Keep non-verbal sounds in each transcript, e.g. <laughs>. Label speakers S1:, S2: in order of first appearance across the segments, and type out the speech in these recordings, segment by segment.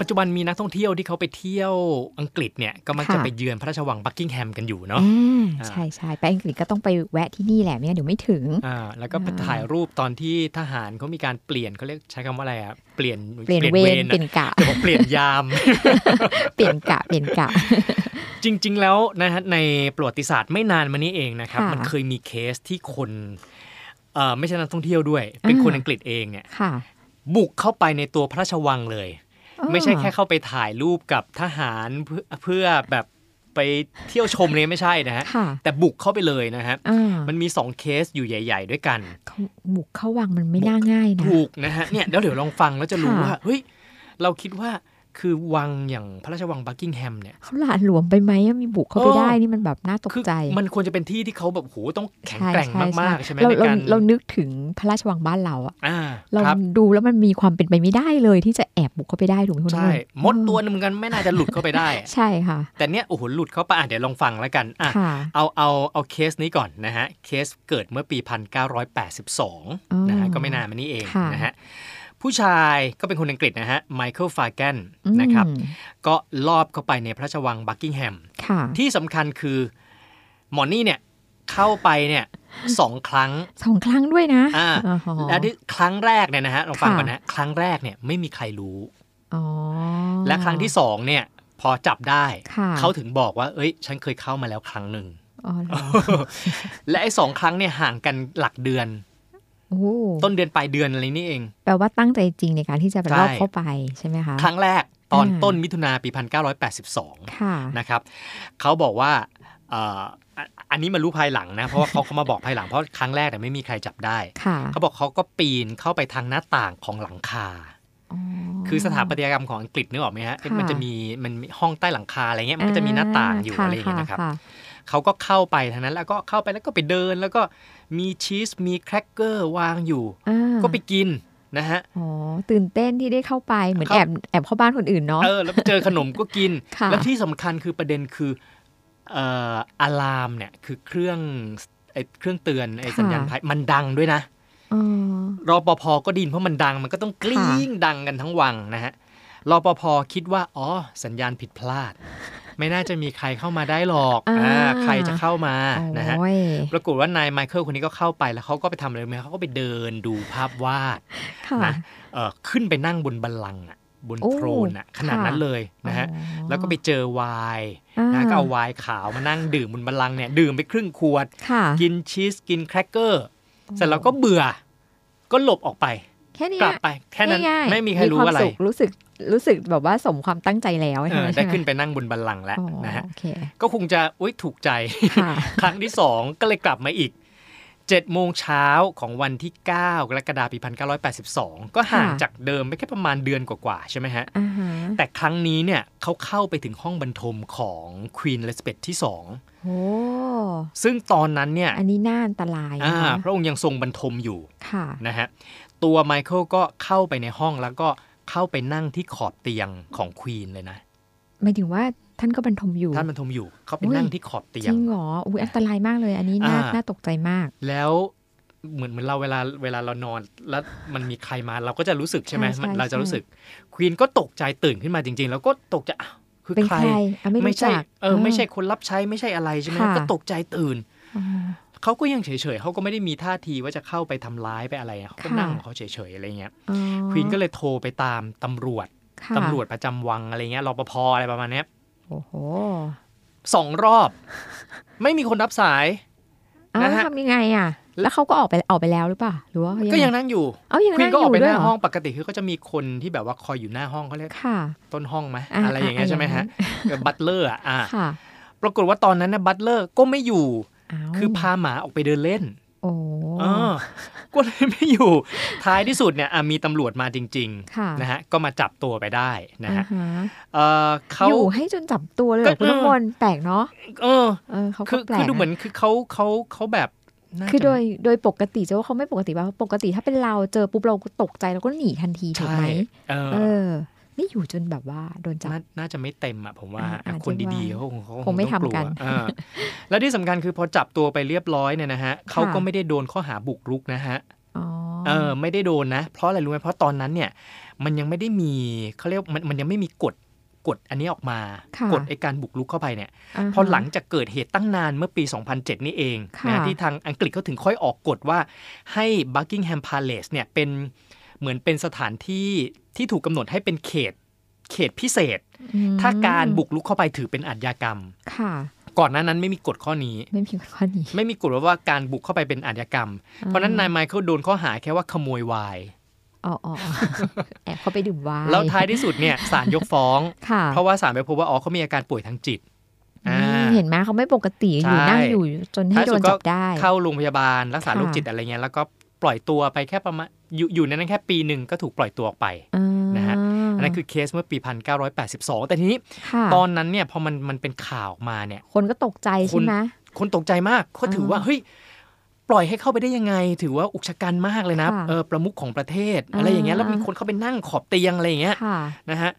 S1: ปัจจุบันมีนักท่องเที่ยวที่เขาไปเที่ยวอังกฤษเนี่ยก็มักจะ
S2: ค่ะ
S1: ไปเยือนพระราชวังบักกิงแฮมกันอยู่เนาะ
S2: อืม
S1: อ่า
S2: ใช่ใช่ไปอังกฤษก็ต้องไปแวะที่นี่แหละไม่งั้นเดี๋ยวไม่ถึง
S1: อ่าแล้วก็ไปถ่ายรูปตอนที่ทหารเขามีการเปลี่ยนเขาเรียกใช้คำว่าอะไรอ่ะเปลี่ยน
S2: เปลี่ยนเวรเปลี่ยน
S1: อะ <laughs>
S2: กะ
S1: จะบอกเปลี่ยนยาม
S2: <laughs> เปลี่ยนกะเปลี่ยนกะ
S1: จริง ๆ แล้วนะฮะในประวัติศาสตร์ไม่นานมานี้เองนะครับ
S2: ค่ะ
S1: มันเคยมีเคสที่คนเอ่อไม่ใช่นักท่องเที่ยวด้วย เป็นคน
S2: อ่า
S1: อังกฤษเองเนี่ย
S2: ค่ะ
S1: บุกเข้าไปในตัวพระราชวังเลย
S2: อ้อ
S1: ไม่ใช่แค่เข้าไปถ่ายรูปกับทหารเพื่อเพื่อแบบไปเที่ยวชมเลยไม่ใช่นะฮะ
S2: ค่ะ
S1: แต่บุกเข้าไปเลยนะฮะ
S2: อ่า
S1: มันมี 2 เคสอยู่ใหญ่ ๆ ด้วยกัน
S2: เขาบุกเข้าวังมันไม่น่าง่ายนะ
S1: ถูก
S2: <laughs>
S1: นะฮะ เนี่ยเดี๋ยวเดี๋ยวลองฟังแล้วจะรู้
S2: ค่ะ
S1: ว่า เฮ้ย เราคิดว่าคือวังอย่างพระราชวังบักกิงแฮมเนี่ย
S2: เขาหลานหลวมไปไหมอะมีบุกเข้าไป
S1: เออ
S2: ได้นี่มันแบบน่าตก
S1: คือ
S2: ใจ
S1: มันควรจะเป็นที่ที่เขาแบบโหต้องแข็ง
S2: ใช่
S1: แกร่ง
S2: ใช่
S1: มากๆ ใช่ไหม
S2: เรา
S1: ใน
S2: เรา
S1: การ
S2: เรานึกถึงพระราชวังบ้านเราอะ
S1: อ่า
S2: เรา
S1: ครับ
S2: ดูแล้วมันมีความเป็นไปไม่ได้เลย ที่จะแอบบุกเข้าไปได้ถูกไหมคุณ
S1: ใช่
S2: นุ่น
S1: มดตัวหนึงเหมือนกันไม่น่าจะหลุดเข้าไปได้
S2: ใช่ค่ะ
S1: แต่เนี่ยโอ้โหหลุดเข้าไปอ่ะเดี๋ยวลองฟังแล้วกันอ่ะ
S2: ค่ะ
S1: เอาเอาเอาเคสนี้ก่อนนะฮะ เคสเกิดเมื่อปี 1982นะฮะ
S2: อ๋อ
S1: ก็ไม่นานมานี้เอง
S2: ค่ะ
S1: นะฮะผู้ชายก็เป็นคนอังกฤษนะฮะไมเคิลฟาแกน
S2: อืม
S1: นะครับ ก็ลอบเข้าไปในพระราชวังบักกิงแฮม
S2: ค่ะ
S1: ที่สำคัญคือหมอนี่เนี่ยเข้าไปเนี่ยสองครั้ง
S2: สองครั้งด้วยนะ
S1: อ่า
S2: อ๋อ
S1: และที่ครั้งแรกเนี่ยนะฮะลองฟัง
S2: ค่ะ
S1: ก่อนนะครั้งแรกเนี่ยไม่มีใครรู้
S2: อ๋อ
S1: และครั้งที่สองเนี่ยพอจับได้
S2: ค่ะ
S1: เขาถึงบอกว่า เอ้ย ฉันเคยเข้ามาแล้วครั้งหนึ่ง
S2: อ๋อเหรอ
S1: <laughs> และไอ้สองครั้งเนี่ยห่างกันหลักเดือน
S2: โอ้
S1: ต้นเดือนปลายเดือนอะไรนี่เอง
S2: แปลว่าตั้งใจจริงในการที่จะไป
S1: ใช่
S2: รอบเข้าไปใช่ไหมคะ
S1: ครั้งแรกตอน
S2: อ่า
S1: ต้นมิถุนาปี 1982
S2: ค่ะ
S1: นะครับเขาบอกว่าเอ่ออ่ะอันนี้มารู้ภายหลังนะ เพราะว่าเขาเขามาบอกภายหลังเพราะครั้งแรกแต่ยไม่มีใครจับได้
S2: ค่ะ
S1: เขาบอกเขาก็ปีนเข้าไปทางหน้าต่างของหลังคา
S2: อ๋อ
S1: คือสถาปัตยกรรมของอังกฤษนึกออกไหมฮะ
S2: ค่ะ
S1: มันจะมีมันมีห้องใต้หลังคาอะไรเงี้ยมันก็จะมีหน้าต่างอยู่อะไรอย่างเงี้ยนะครับเขาก็เข้าไปทางนั้นแล้วก็เข้าไปแล้วก็ไปเดิน แล้วก็มีชีสมีแครกเกอร์วางอยู่
S2: อ่า
S1: ก็ไปกินนะฮะ
S2: อ๋อตื่นเต้นที่ได้เข้าไปเหมือน
S1: เข้า
S2: แอบแอบเข้าบ้านคนอื่นเนาะ
S1: เออแล้วไปเจอขนมก็กิน
S2: ค่ะ
S1: แล้วที่สำคัญคือประเด็นคือเอ่ออะลามเนี่ยคือเครื่องไอ้เครื่องเตือนไอ้สัญญาณภัยมันดังด้วยนะ
S2: อ๋อ
S1: รอปภก็ไดยินเพราะมันดังมันก็ต้องกลิ้งดังกันทั้งวังนะฮะรอปภคิดว่าอ๋อสัญญาณผิดพลาด ไม่น่าจะมีใครเข้ามาได้หรอก
S2: อ่า
S1: อ่าใครจะเข้ามา
S2: อ
S1: นะฮะ
S2: โอ้ย
S1: ปรากฏว่านายไมเคิลคนนี้ก็เข้าไปแล้วเขาก็ไปทำอะไรรู้ไหมเขาก็ไปเดินดูภาพวาด
S2: ค่ะ
S1: นะ เอ่อขึ้นไปนั่งบนบัลลังก์อะบน
S2: โอ้
S1: โทรนอะขนาด
S2: ค่ะ
S1: นั้นเลยนะฮะ
S2: อ๋อ
S1: แล้วก็ไปเจอไวน์นะก็เอาไวน์ขาวมานั่งดื่มบนบัลลังก์เนี่ยดื่มไปครึ่งขวด
S2: ค่ะ
S1: กินชีสกินแครกเกอร์เสร็จแล้วก็เบื่อ ก็หลบออกไป
S2: แค่เนี้
S1: ก
S2: ย
S1: ลับไปแค่นั้น
S2: ง่ายๆ
S1: ไม่มีใครรู้
S2: วา
S1: อะไร
S2: สุขรู้สึกรู้สึกแบบว่าสมความตั้งใจแล้ว
S1: เอ
S2: ใช่
S1: อ
S2: ไหม
S1: ได้
S2: ใช่ไหม
S1: ขึ้นไปนั่งบนบัลลังก์แล้ว
S2: อ๋อ
S1: นะฮะ
S2: โอเค
S1: ก็คงจะอุยถูกใจ <laughs>
S2: ค่ะ
S1: ครั้งที่ 2 ก็เลยกลับมาอีก7โมงเช้าของวันที่ 9 กรกฎาคมปี 1982 ก็ห่าง
S2: ค่ะ
S1: จากเดิมไปแค่ประมาณเดือนกว่าๆใช่ไหมฮะ
S2: อ่าฮะ
S1: แต่ครั้งนี้เนี่ยเขาเข้าไปถึงห้องบรรทมของควีนเลสเบตที่
S2: โอ้
S1: 2 ซึ่งตอนนั้นเนี่ย
S2: อันนี้น่าอันตราย
S1: อ่า
S2: นะคะ
S1: พระองค์ยังทรงบรรทมอยู่
S2: ค่ะ
S1: นะฮะ ตัวไมเคิลก็เข้าไปในห้องแล้วก็เข้าไปนั่งที่ขอบเตียงของควีนเลยนะ
S2: หมายถึงว่าท่านก็บรรทมอยู่
S1: ท่านบรรทมอยู่เขาไป
S2: อุ๊ย
S1: นั่งที่ขอบเตี
S2: จ
S1: ยง
S2: ริงเหรออุ้ยอันตรายมากเลย อันนี้น่า
S1: อ่า
S2: น่าตกใจมาก
S1: แล้วเหมือนเหมือนเราเวลาเวลาเรานอนแล้วมันมีใครมาเราก็จะรู้สึกใช่ไหม
S2: ใช่
S1: มัน
S2: ใช่
S1: เราจะรู้
S2: ใช่
S1: สึกควีนก็ตกใจตื่นขึ้นมาจริง ๆ แล้วก็ตกใจอ้าวคือ
S2: เป็น
S1: ใคร
S2: ใครอ่ะไม่รู้
S1: ใช่
S2: จัก
S1: เออไม่ใช่คนรับใช้ไม่ใช่อะไรใช่ไหม
S2: ค่ะ
S1: ก็ตกใจตื่น
S2: อ๋อ
S1: เขาก็ยังเฉยๆ เขาก็ไม่ได้มีท่าทีว่าจะเข้าไปทำร้ายไปอะไรอะเขาก็
S2: ค่ะ
S1: นั่งของเขาเฉยๆ อะไรเงี้ย
S2: อ๋อ
S1: ควีนก็เลยโทรไปตามตำรวจ
S2: ค่ะ
S1: ตำรวจประจำวังอะไรเงี้ย รปภอะไรประมาณเนี้ย
S2: โอ้โห
S1: สองรอบ ไม่มีคนรับสาย
S2: เอา
S1: นะ
S2: แล้ว
S1: ฮะ
S2: ทำยังไงอ่ะ แล้วเขาก็ออกไปออกไปแล้วหรือเปล่าหรือว่าเขา
S1: ก็
S2: ยั
S1: ยัง
S2: ง
S1: นั่งอยู่
S2: เอายัง
S1: ควี
S2: นั่
S1: น
S2: ง
S1: ก็
S2: อ
S1: ออก
S2: ยู่
S1: ไปห
S2: ด้วย
S1: น้า
S2: เหร
S1: ห้อ
S2: อง
S1: ปกติคือก็จะมีคนที่แบบว่าคอยอยู่หน้าห้องเขาเรียก
S2: ค่ะ
S1: ต้นห้องไหม
S2: อ่า
S1: อะไรอย่างเงี้ย
S2: อ่า
S1: ใช่ไหมฮะบัตเลอร์อะอ่ะ
S2: ค่ะ
S1: ปรากฏว่าตอนนั้นเนี่ยบัตเลอร์ก็ไม่อยู่
S2: เอา
S1: คือพาหมาออกไปเดินเล่น
S2: โอ้
S1: เออก็เลยไม่อยู่ ท้ายที่สุดเนี่ยอ่ะมีตำรวจมาจริง
S2: ค่ะ
S1: ๆ นะฮะ ก็มาจับตัวไปได้นะ
S2: อ่า
S1: ฮะ
S2: ฮะ
S1: เออเขา
S2: อยู่ให้จนจับตัวเลยเหรอ
S1: ก็
S2: คุณทุก
S1: เออ
S2: คนแปลกเนาะ
S1: เออ
S2: เออเขา
S1: คื
S2: ก็
S1: อ
S2: แปล
S1: คือก ดูเหมื
S2: นะ
S1: อนคือเขาเขาเขาแบบ น่า
S2: คือ
S1: จะ
S2: โดยโดยปกติจะว่าเขาไม่ปกติป่ะปกติถ้าเป็นเราเจอปุ๊บเราก็ตกใจแล้วก็หนีทันทีถูก
S1: ใช่
S2: ไหม
S1: เออ
S2: เออ นี่อยู่จนแบบว่าโดนจับ
S1: นาน่าจะไม่เต็มอ่ะผมว่า
S2: อ่าอาจจะ
S1: คนดีๆ
S2: ว่า
S1: เขาคงเขา
S2: คงไม่
S1: ต้องลัว
S2: ทำกัน
S1: เออแล้วที่สำคัญคือพอจับตัวไปเรียบร้อยเนี่ยนะฮะเขาก็
S2: ค่ะ
S1: ไม่ได้โดนข้อหาบุกรุกนะฮะ
S2: อ๋อ
S1: เออไม่ได้โดนนะ เพราะอะไรรู้ไหมเพราะตอนนั้นเนี่ยมันยังไม่ได้มีเขาเรียกมันมันยังไม่มีกฎกฎอันนี้ออกมา
S2: ค่ะ
S1: กฎไอการบุกรุกเข้าไปเนี่ย
S2: า
S1: พอหลัง
S2: ฮะ
S1: จากเกิดเหตุตั้งนานเมื่อปี 2007 นี่เอง
S2: ค่ะ
S1: นะที่ทางอังกฤษเขาถึงค่อยออกกฎว่าให้บักกิงแฮมพาเลสเนี่ยเป็นเหมือนเป็นสถานที่ที่ถูกกำหนดให้เป็นเขตเขตพิเศษ
S2: อืม
S1: ถ้าการบุกลุกเข้าไปถือเป็นอาชญากรรม
S2: ค่ะ
S1: ก่อนหน้านั้นไม่มีกฎข้อนี้
S2: ไม่มีข้อนี้
S1: ไม่มีกฎว่าการบุกเข้าไปเป็นอาชญากรรม เพราะฉะนั้นนายไมเคิลโดนข้อหาแค่ว่าขโมยวาย
S2: อ๋ออ๋ออ๋อ
S1: <laughs>
S2: แอบเข้าไปดื่มไวาย
S1: แล้วท้ายที่สุดเนี่ยศาลยกฟ้อง
S2: ค่ะ
S1: เพราะว่าศาลไปพบว่าอ๋อเขามีอาการป่วยทางจิต
S2: อื
S1: อ่า
S2: มเห็นไหมเขาไม่ปกติ
S1: ใช่
S2: อยู่นั่งอยู่จนให้
S1: ท้าย
S2: โด
S1: สุ
S2: น
S1: ดก็
S2: จับได้
S1: เข้าโรงพยาบาลรักษา
S2: ค่ะ
S1: โรคจิตอะไรเงี้ยแล้วก็ปล่อยตัวไปแค่ประมาณอยู่อยู่ในนั้นแค่ปีหนึ่งก็ถูกปล่อยตัวออกไป
S2: อ่า
S1: นะฮะ อันนั้นคือเคสเมื่อปี 1982 แต่ทีนี้
S2: ค่ะ
S1: ตอนนั้นเนี่ยพอมันมันเป็นข่าวออกมาเนี่ย
S2: คนก็ตกใจ
S1: ค
S2: ใช่
S1: น
S2: ไหม
S1: คนตกใจมากเขาถือว่า
S2: อ่า
S1: เฮ้ยปล่อยให้เข้าไปได้ยังไง ถือว่าอุกชะกันมากเลยนะ
S2: ค่ะ
S1: เออประมุขของประเทศอะไรอย่างเงี้ย
S2: อ่า
S1: แล้วมีคนเข้าไปนั่งขอบเตียงอะไรอย่างเงี้ย
S2: ค่ะ
S1: นะฮะ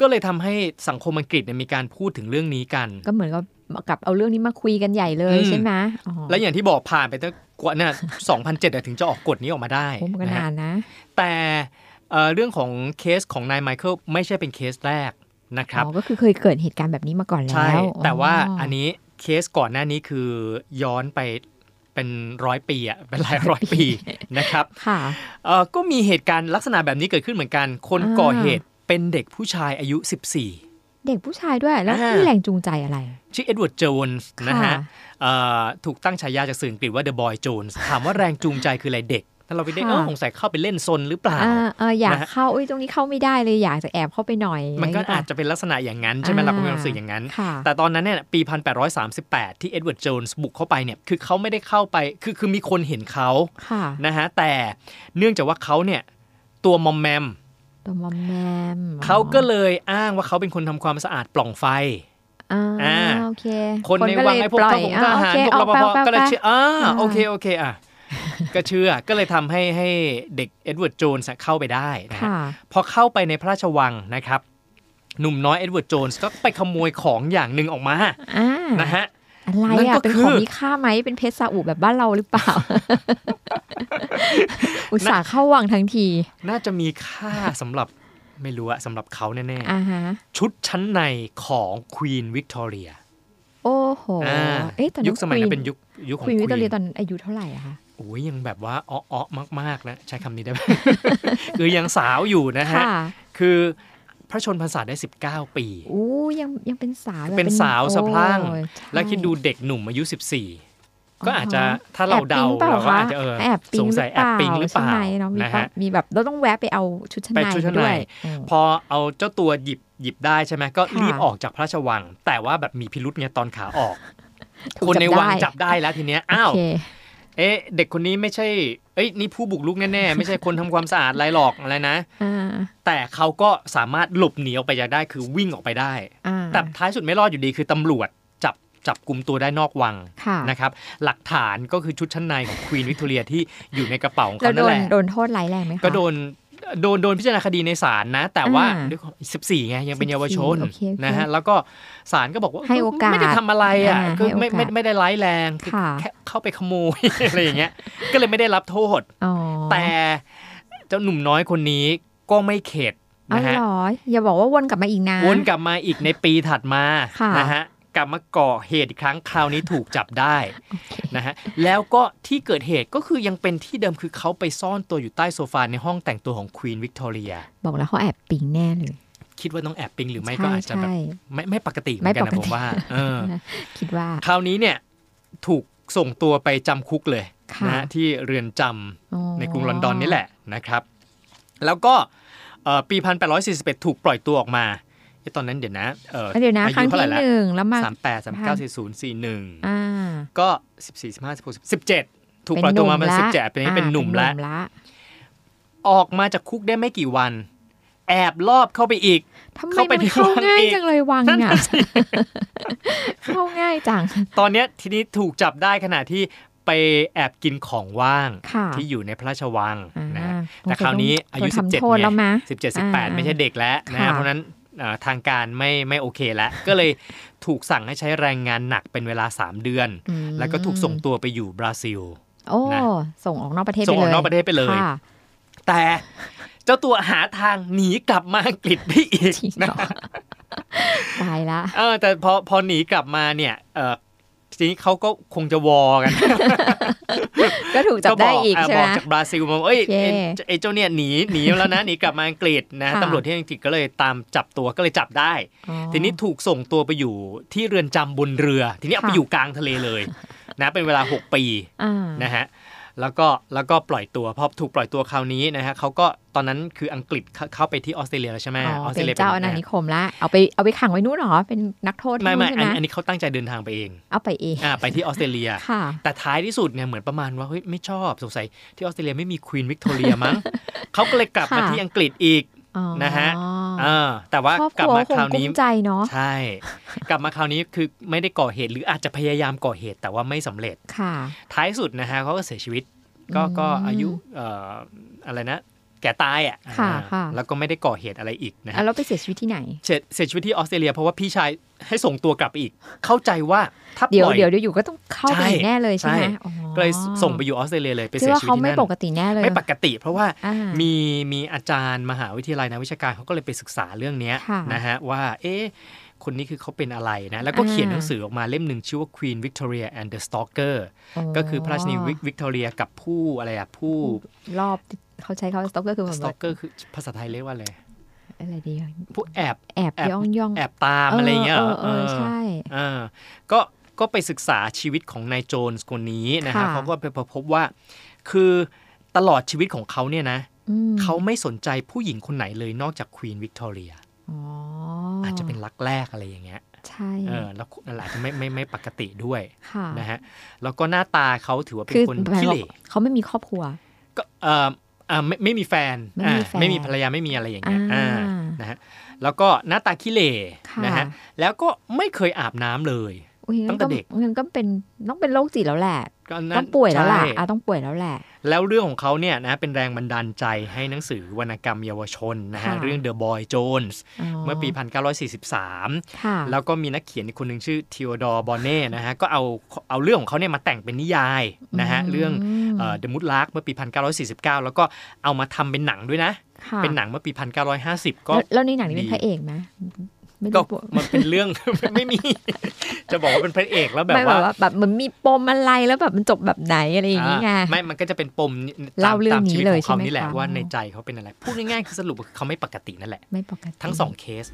S1: ก็เลยทำให้สังคมอังกฤษเนี่ยมีการพูดถึงเรื่องนี้กัน
S2: ก็เหมือนกับกับเอาเรื่องนี้มาคุยกันใหญ่เลย
S1: อืม
S2: ใช่ไหมอ๋อ
S1: และอย่างที่บอกผ่านไปตั้งกว่าเนี่ย2007อะถึงจะออกกฎนี้ออกมาได้
S2: โอ้มันก็
S1: นะ
S2: นา
S1: ฮะ
S2: นนะ
S1: แต่เอ่อเรื่องของเคสของนายไมเคิลไม่ใช่เป็นเคสแรกนะครับ
S2: อ๋อก็คือเคยเกิดเหตุการณ์แบบนี้มาก่อนแล้ว
S1: ใช่ แต่ว่า
S2: อั
S1: อันนี้เคสก่อนหน้านี้คือย้อนไปเป็นร้อยปีอะเป็นหลายร้อยปีนะครับ
S2: ค่ะ
S1: เอ่อก็มีเหตุการณ์ลักษณะแบบนี้เกิดขึ้นเหมือนกัน คน
S2: อ่า
S1: ก่อเหตุเป็นเด็กผู้ชายอายุ 14
S2: เด็กผู้ชายด้วยแล้ว
S1: อ่ามี
S2: มีแรงจูงใจอะไร
S1: ชื่อเอ็ดเวิร์ด โจนส์นะ
S2: ค่ะ
S1: ฮะเอ่อถูกตั้งฉายาจากสื่ออังกฤษว่า The Boy Jones ถามว่าแรงจูงใจคืออะไรเด็ก ถ้าเราไปได้
S2: ค่ะ
S1: เออสงสัยเข้าไปเล่นซนหรือเปล่า
S2: อ่าเอออยาก
S1: นะฮะ
S2: เข้าอุ้ยตรงนี้เข้าไม่ได้เลยอยากจะแอบเข้าไปหน่อย
S1: มันก็
S2: ะไรย่งเงี้ย
S1: อาจจะเป็นลักษณะอย่างนั้น ใช่ไหมเราก็มีความรู้สึกอย่างนั้น
S2: ค่ะ
S1: แต่ตอนนั้นเนี่ยปี 1838 ที่เอ็ดเวิร์ด โจนส์บุกเข้าไปเนี่ยคือเขาไม่ได้เข้าไปคือคือมีคนเห็นเขา
S2: ค่ะ
S1: นะฮะแต่เนื่องจากว่าเขาเนี่ยตัวมอมแมม
S2: ตัวมอมแมม
S1: เขาก็เลยอ้างว่าเขาเป็นคนทำความสะอาดปล่องไฟ
S2: อ่า
S1: อ่า
S2: โอเค
S1: คนในวัง
S2: เลย
S1: ไอ้พวก
S2: ปล่
S1: ท
S2: ย
S1: หาร
S2: อ่
S1: ทหาร
S2: โอ
S1: พวกรปภ
S2: เคอาไป
S1: ก็เลย
S2: อาไป
S1: เชื่ออ่า
S2: อ่า
S1: โอเคโอเคอ่ะก็เชื่อก็เลยทำให้ให้เด็กเอ็ดเวิร์ดโจนส์เข้าไปได้นะฮะ
S2: ค่ะ
S1: พอเข้าไปในพระราชวังนะครับ หนุ่มน้อยเอ็ดเวิร์ดโจนส์ก็ไปขโมยของอย่างหนึ่งออกมา
S2: อ่า
S1: นะฮะ
S2: อะไร
S1: นั่น
S2: อ่ะ
S1: ก็
S2: เป็น
S1: คื
S2: ของ
S1: อ
S2: มีค่าไหมเป็นเพชรซาอุแบบบ้านเราหรือเปล่า อุตส่าห์เข้าวังทั้งที
S1: น่าจะมีค่าสำหรับไม่รู้อะสำหรับเขาแน่
S2: อ่าฮะ
S1: ๆ ชุดชั้นในของควีนวิกตอเรีย
S2: โอ้โหเอ๊ะตอน
S1: ยุคสมัยนั้นเป็นยุคยุคของ
S2: คุยวิตเตอเรีย
S1: น
S2: ตอนอายุเท่าไหร่อะคะ
S1: โอ้ยยังแบบว่าอ้อๆมาก ๆ นะ ใช้คำนี้ได้ไหม <laughs> คือยังสาวอยู่นะฮะ
S2: ค่ะ
S1: คือพระชนพรรษาได้ 19 ปี
S2: โอ้ยังยังเป็นสาวแบบ
S1: เป็นสาวสะพรั่ง
S2: โอ้ยใช่
S1: แล้วคิดดูเด็กหนุ่มอายุ 14 ก็อาจจะถ้าเราเดา
S2: แอบปิ๊งปล่
S1: เราก็อาจจะ
S2: ค
S1: เออ
S2: แอบปิ๊
S1: ส
S2: ง
S1: งสัยแอบปิงหรือเปล่า
S2: ใช่ไมเนาะมี
S1: นะ
S2: ปะ
S1: ฮะ
S2: มีแบบเราต้องแวะไปเอาชุดชั้นใน
S1: ไปชุดชั้น
S2: ด้ว
S1: ใ
S2: ย
S1: น
S2: อืม
S1: พอเอาเจ้าตัวหยิบหยิบได้ใช่ไหมก็
S2: ค่ะ
S1: รีบออกจากพระราชวัง แต่ว่าแบบมีพิรุษไงตอนขาออก
S2: ถูก
S1: คนในวังจั
S2: จับได้
S1: บได้แล้วทีเนี้ยอ้าว
S2: โเค
S1: เอ๊ะเด็กคนนี้ไม่ใช่เอ้ยนี่ผู้บุกรุกแน่ๆไม่ใช่คนทำความสะอาดอะไรหรอกอะไรนะ
S2: อ่า
S1: แต่เขาก็สามารถหลบหนีออกไปจากได้คือวิ่งออกไปได้
S2: อ่า
S1: แต่ท้ายสุดไม่รอดอยู่ดีคือตำรวจจับจับกลุ่มตัวได้นอกวัง
S2: ค่ะ
S1: นะครับหลักฐานก็คือชุดชั้นในของควีนวิ c ต o เรียที่อยู่ในกระเป๋าของ
S2: เรา
S1: เขา
S2: โด
S1: นั่น
S2: น
S1: แหละ
S2: โดนโทษร้ายแรงไหมคะ
S1: ก็โดนโดนโดนพิจารณาคดีในศาลนะ แต่ว่า
S2: อ่า
S1: ด้วยความ14ไงยังเป็นเยาวชน
S2: โอเคโอเค
S1: นะฮะแล้วก็ศาลก็บอกว่า
S2: ให้โอกาส
S1: ไม่ได้ทำอะไรอ่ะ
S2: อ่า
S1: ก็ไม่
S2: ให้โอกาส
S1: ไม่ไม่ได้ร้ายแรง
S2: ค่ะ
S1: แค่เข้าไปขโมย <laughs> อะไรอย่างเงี้ยก็เลยไม่ได้รับโทษ
S2: อ๋อ
S1: แต่เจ้าหนุ่มน้อยคนนี้ก็ไม่เข็ด
S2: เอา
S1: นะฮะ
S2: เหรออย่าบอกว่าวนกลับมาอีกนะ
S1: วนกลับมาอีกในปีถัดมา
S2: ค่ะ
S1: นะฮะกลับมาก่อเหตุอีกครั้งคราวนี้ถูกจับได้นะฮะแล้วก็ที่เกิดเหตุก็คือยังเป็นที่เดิมคือเขาไปซ่อนตัวอยู่ใต้โซฟาในห้องแต่งตัวของควีนวิกตอเรีย
S2: บอกแล้วเขาแอบปิ๊งแน่เลย
S1: คิดว่าต้องแอบปิงหรือไม่
S2: ใช่
S1: ก็อาจจะแบบ
S2: ใช่
S1: ไม่ไม่ปกติเหมื
S2: ไม่
S1: อนกันนะ
S2: ปกติ
S1: ผมว่าเออ
S2: คิดว่า
S1: คราวนี้เนี่ยถูกส่งตัวไปจำคุกเลย
S2: ค่ะ
S1: นะฮะที่เรือนจำ
S2: อ๋อ
S1: ในกรุงลอนดอนนี่แหละนะครับ แล้วก็เอ่อปี 1841 ถูกปล่อยตัวออกมาเอ๊ะตอนนั้นเดี๋ยวนะเอ่อ
S2: เดี๋ยวนะ
S1: อา
S2: ครั้
S1: ยุ
S2: ง
S1: เท่าไหร่
S2: ที่
S1: ละ
S2: หนึ่งแล้วมา
S1: สามแปดสามเก้าสี่ศูนย์สี่หนึ่ง
S2: อ่า
S1: ก็สิบสี่สิบห้าสิบหกสิบเจ็ดถูกปล่อยตัวมาเป็น
S2: ห
S1: สิ
S2: ละ
S1: บเจ็ดเป็นนี้เป็น
S2: อ่า
S1: หนุ่มแล้ว
S2: ละ
S1: ออกมาจากคุกได้ไม่กี่วัน แอบลอบเข้าไปอีก
S2: ทำไม
S1: เข้าไป
S2: มัน
S1: ที่
S2: เข้า
S1: วัง
S2: ง่าย
S1: เอง
S2: จังเลยวัง
S1: นั่น
S2: อ่ะ
S1: น่ะสิ
S2: <laughs> เข้าง่ายจัง
S1: ตอนเนี้ยทีนี้ถูกจับได้ขณะที่ไป ไปแอบกินของว่าง
S2: ค่ะ
S1: ที่อยู่ในพระราชวัง
S2: อ่า
S1: นะฮะ
S2: สงสั
S1: แต่คราวนี้
S2: ต้ง
S1: อายุ
S2: โดนทำ
S1: 17
S2: โทษแล้ว
S1: ไง
S2: มะ
S1: สิบเจ็ดสิบแปด
S2: อ่า
S1: ไม่ใช่เด็กแล้วนะ
S2: ค่ะ
S1: เพราะฉะนั้นเอ่อทางการไม่ไม่โอเคแล้ว ก็เลยถูกสั่งให้ใช้แรงงานหนักเป็นเวลา 3 เดือน
S2: อืม
S1: แล้วก็ถูกส่งตัวไปอยู่บราซิล
S2: โอ้
S1: นะ
S2: ส่งออกนอกประเทศ
S1: ส่งออก
S2: ไปเลย
S1: นอกประเทศไปเลย
S2: ค่ะ
S1: แต่เจ้าตัวหาทางหนีกลับมาอังกฤษไปอีก <laughs>
S2: จริง
S1: นะ
S2: เหรอ <laughs> ตายละ
S1: เออแต่พอพอหนีกลับมาเนี่ยเออทีนี้เขาก็คงจะวอกัน
S2: ก็ถูก <laughs> จับได้อีกใช่
S1: บ
S2: ไห
S1: อก
S2: ม
S1: จากบราซิลมาว่าเอ้ย
S2: โอเค
S1: ไอ้ไอ้เจ้าเนี่ยหนีหนีแล้วนะหนีกลับมาอังกฤษนะ
S2: <laughs> ค่ะ
S1: ตำรวจที่อังกฤษก็เลยตามจับตัวก็เลยจับได้
S2: อ๋อ
S1: ทีนี้ถูกส่งตัวไปอยู่ที่เรือนจำบนเรือ ทีนี้เอาไป
S2: ค่ะ
S1: อยู่กลางทะเลเลย นะเป็นเวลา 6 ปี
S2: อ่า
S1: นะฮะแล้วก็แล้วก็ปล่อยตัวพอถูกปล่อยตัวคราวนี้นะฮะเขาก็ตอนนั้นคืออังกฤษเข้าเข้าไปที่ออสเตรเลียแล้วใช่ไหม
S2: อ๋
S1: อ
S2: อ
S1: อสเต
S2: เป็
S1: ร
S2: น
S1: เลีย
S2: เจ้า
S1: ป็
S2: อาน ณานิคมละเอาไปเอาไปขังไว้นู่นเหรอเป็นนักโทษที่
S1: ไม่
S2: นู่
S1: ไม่
S2: นใช่
S1: อัน
S2: ไหม
S1: อันนี้เขาตั้งใจเดินทางไปเอง
S2: เอาไปเอง
S1: อ่าไปที่ออสเตรเลีย
S2: ค่ะ
S1: แต่ท้ายที่สุดเนี่ยเหมือนประมาณว่าเฮ้ยไม่ชอบสงสัยที่ออสเตรเลียไม่มีควีนวิกตอเรีย
S2: <laughs>
S1: มั้ง เขาก็เลยกลับมา
S2: ค่ะ
S1: ที่อังกฤษอีก
S2: อ๋อ
S1: นะฮะ อ่าแต่ว่า
S2: ครอบ
S1: กลั
S2: ค
S1: บ
S2: รัว
S1: มา
S2: ค
S1: ค
S2: ง
S1: ราว
S2: กุ้
S1: นี้
S2: มใจเนาะ
S1: ใช่ กลับมาคราวนี้คือไม่ได้ก่อเหตุหรืออาจจะพยายามก่อเหตุแต่ว่าไม่สำเร็จ
S2: ค่ะ
S1: ท้ายสุดนะฮะเขาก็เสียชีวิต ก็
S2: อืม
S1: ก็อายุเอ่ออะไรนะ แก่ตายอ่ะ
S2: ค่ะ
S1: อ่า
S2: ค่ะ
S1: แล้วก็ไม่ได้ก่อเหตุอะไรอีกนะ
S2: อ่ะ
S1: ฮะ
S2: แล้วไปเสียชีวิตที่ไหน
S1: เสียเสียชีวิตที่ออสเตรเลียเพราะว่าพี่ชายให้ส่งตัวกลับไปอีก เข้าใจว่าถ้า
S2: เดี๋ย
S1: ป
S2: ว
S1: ล่อย
S2: เดี๋ยวเดี๋ยวอยู่ก็ต้องเข้าไป
S1: ใช่
S2: อีกแน่เลยใช่ไหม
S1: ใช่
S2: อ๋อ
S1: ก็เลยส่งไปอยู่ออสเตรเลียเลยไป
S2: คิด
S1: เสียชี
S2: ว่า
S1: วิต
S2: เขา
S1: ที่
S2: ไม่
S1: นั่น
S2: ปกติแน่เลย
S1: ไม่ปกติ เพราะว่า
S2: อ่า
S1: มีมีอาจารย์มหาวิทยาลัยนักวิชาการเขาก็เลยไปศึกษาเรื่องเนี้ย
S2: ค่ะ
S1: นะฮะว่าเอ๊ะคนนี้คือเขาเป็นอะไรนะ แล้วก็
S2: อ่า
S1: เขียนหนังสือออกมาเล่มหนึ่งชื่อว่า Queen Victoria and the Stalker ก็คือพระราชินีวิกวิกตอเรียกับผู้อะไรอะผู้
S2: รอบเขาใช้เขาสต็อกเกอร์คือแบบ
S1: ส
S2: ว่า
S1: ตอกเกอร์คือภาษาไทยเรียกว่าอะไร
S2: อะไรดีอะ
S1: ผู้แอบ
S2: แอบย่องย่อง
S1: แอบตามอะไรอย่างเงี้ยเหรอ
S2: เออใช่
S1: เออก็ก็ไปศึกษาชีวิตของนายโจนส์คนนี้นะฮะ
S2: ค่ะ
S1: เขาก็ไปพบว่า คือตลอดชีวิตของเขาเนี่ยนะ
S2: อืม
S1: เขาไม่สนใจผู้หญิงคนไหนเลยนอกจากควีนวิกตอเรีย
S2: อ๋ออ
S1: อาจจะเป็นรักแรกอะไรอย่างเงี้ย
S2: ใช่
S1: เออ แล้วนั่นแหละอาจจะไม่ไม่ไม่ปกติด้วย
S2: ค่ะ
S1: นะฮะ แล้วก็หน้าตาเขาถือว่าเป็
S2: คื
S1: น
S2: อ
S1: คน
S2: หมาย
S1: ขี้
S2: ค
S1: เห
S2: วาม
S1: ร่
S2: เขาไม่มีครอบครัว
S1: ก็เอออ่าไม่ไม่มีแฟน
S2: ไม่
S1: อ่า
S2: มีแฟน
S1: ไม่มีภรรยาไม่มีอะไรอย่างเงี้ย
S2: อ่า
S1: อ่านะฮะ แล้วก็หน้าตาขี้เหร่
S2: ค่ะ
S1: นะฮะ แล้วก็ไม่เคยอาบน้ำเลย
S2: อุ๊ย
S1: ตั้งแต่เด็ก
S2: งั้นก็เป็นต้องเป็นโรคจิตแล้วแหละ
S1: ก็นั่น
S2: ต้องป่วยแล้วล่ะ
S1: ใช่
S2: อ่ะต้องป่วยแล้วแหละ
S1: แล้วเรื่องของเขาเนี่ยนะเป็นแรงบันดาลใจให้หนังสือวรรณกรรมเยาวชนนะฮะ
S2: ค่ะ
S1: เรื่อง The Boy Jones เมื่อปี 1943
S2: ค่ะ
S1: แล้วก็มีนักเขียนอีกคนหนึ่งชื่อทีโอดอร์บอนเน่นะฮะก็เอาเอาเรื่องของเขาเนี่ยมาแต่งเป็นนิยายนะฮะเรื่องเดอะมุดลักเมื่อปี 1949 แล้วก็เอามาทำเป็นหนังด้วยนะ
S2: ค่ะ
S1: เป็นหนังเมื่อปี 1950 ก็
S2: แล้วแล้วในหนังนี้เป็
S1: ดี
S2: นพระเอกไหมไม่
S1: ก็
S2: ได้ปวด
S1: มันเป็นเรื่อง <laughs> ไม่มี จะบอกว่าเป็นพระเอกแล้วแบ
S2: ไม่
S1: บ
S2: แบบ
S1: ว่า
S2: ว่าแบบเหมือนมีปมอะไรแล้วแบบมันจบแบบไหนอะไรอย่างนี้ไง
S1: อ่าไม่มันก็จะเป็นปม
S2: เล่าเรื่อง
S1: ตาม
S2: นี้
S1: ชีวิต
S2: เล
S1: ขอ
S2: ย
S1: งเขา
S2: ใช่ไหม
S1: นี่แหละ
S2: คะ
S1: ว่าในใจเขาเป็นอะไร พูดง่ายๆคือสรุปว่าเขาไม่ปกตินั่นแหละ
S2: ไม่ปกติ
S1: ทั้งสองเคส